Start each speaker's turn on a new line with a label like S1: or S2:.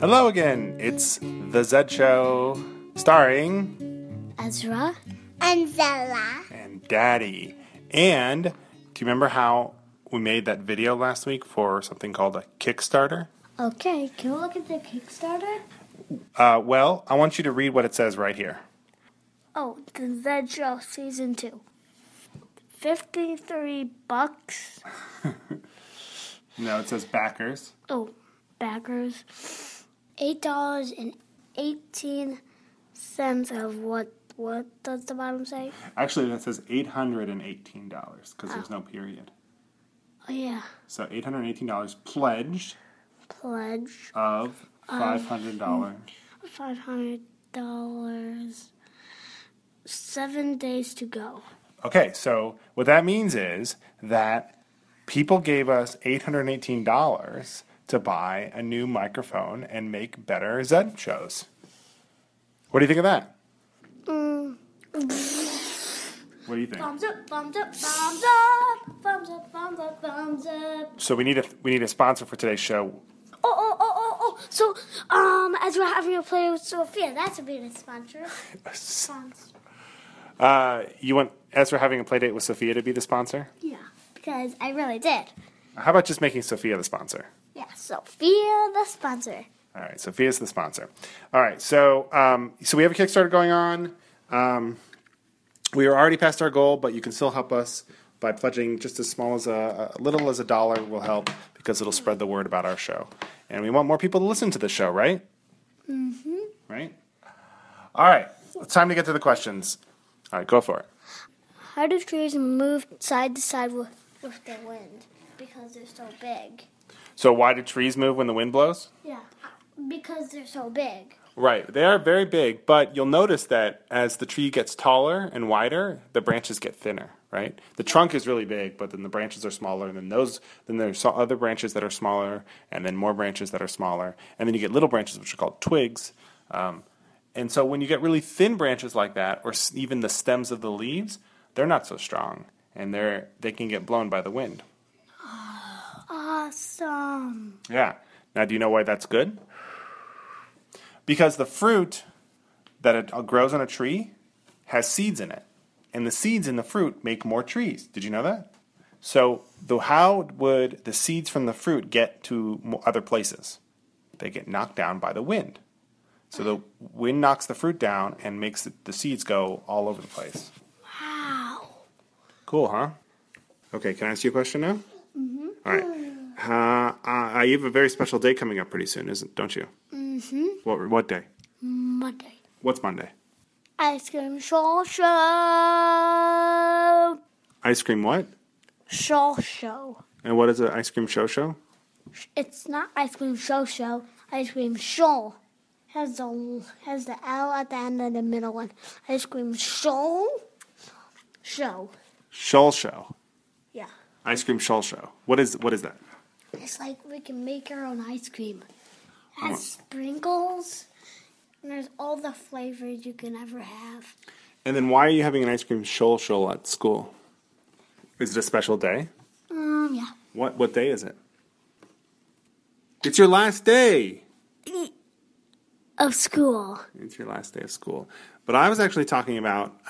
S1: Hello again. It's The Zed Show, starring
S2: Ezra.
S3: and Zella.
S1: and Daddy. And do you remember how we made that video last week for something called a Kickstarter?
S2: Okay, can we look at the Kickstarter?
S1: Uh, well, I want you to read what it says right here.
S2: Oh, the Zed Show Season 2. 53 bucks.
S1: No, it says backers.
S2: Oh, backers. $8.18 of what? What does the bottom say?
S1: Actually, that says eight hundred and eighteen dollars because there's no period.
S2: Oh, yeah.
S1: So eight hundred eighteen dollars pledged
S2: Pledge
S1: of five hundred dollars.
S2: $500. Seven days to go.
S1: Okay, so what that means is that people gave us $818 to buy a new microphone and make better Zed shows. What do you think of that? What do you think?
S2: Thumbs up, thumbs up, thumbs up, thumbs up, thumbs up, thumbs up.
S1: So we need a we need a sponsor for today's show.
S2: Oh, oh, oh, oh, oh. So, um, as we're having a play with Sophia, that's a bit of sponsor. Sponsor.
S1: Uh, you want Ezra having a play date with Sophia to be the sponsor?
S2: Yeah, because I really did.
S1: How about just making Sophia the sponsor?
S2: Yeah, Sophia, the sponsor.
S1: All right, Sophia's the sponsor. All right, so um, so we have a Kickstarter going on. Um, we are already past our goal, but you can still help us by pledging just as small as a, a little as a dollar will help because it'll spread the word about our show, and we want more people to listen to the show, right? Mm-hmm. Right. All right, it's time to get to the questions. All right, go for it.
S2: How do trees move side to side with, with the wind? Because they're so big.
S1: So, why do trees move when the wind blows?
S2: Yeah, because they're so big.
S1: Right. They are very big, but you'll notice that as the tree gets taller and wider, the branches get thinner, right? The trunk is really big, but then the branches are smaller, and then those then there's so- other branches that are smaller, and then more branches that are smaller, and then you get little branches which are called twigs. Um, and so when you get really thin branches like that or s- even the stems of the leaves, they're not so strong and they're they can get blown by the wind.
S2: Awesome.
S1: Yeah. Now, do you know why that's good? Because the fruit that it uh, grows on a tree has seeds in it, and the seeds in the fruit make more trees. Did you know that? So, the, how would the seeds from the fruit get to mo- other places? They get knocked down by the wind. So the wind knocks the fruit down and makes the, the seeds go all over the place.
S2: Wow.
S1: Cool, huh? Okay, can I ask you a question now? Mm-hmm. right. Uh, uh, you have a very special day coming up pretty soon, isn't? Don't you? Mm-hmm. What what day?
S2: Monday.
S1: What's Monday?
S2: Ice cream show show.
S1: Ice cream what?
S2: Show show.
S1: And what is an ice cream show show?
S2: It's not ice cream show show. Ice cream show has the has the L at the end of the middle one. Ice cream show show.
S1: Shoal show.
S2: Yeah,
S1: Ice cream shoal show. What is what is that?
S2: it's like we can make our own ice cream. It has sprinkles and there's all the flavors you can ever have.
S1: And then why are you having an ice cream shoal show at school? Is it a special day?
S2: Um, yeah.
S1: What what day is it? It's your last day.
S2: Of school.
S1: It's your last day of school. But I was actually talking about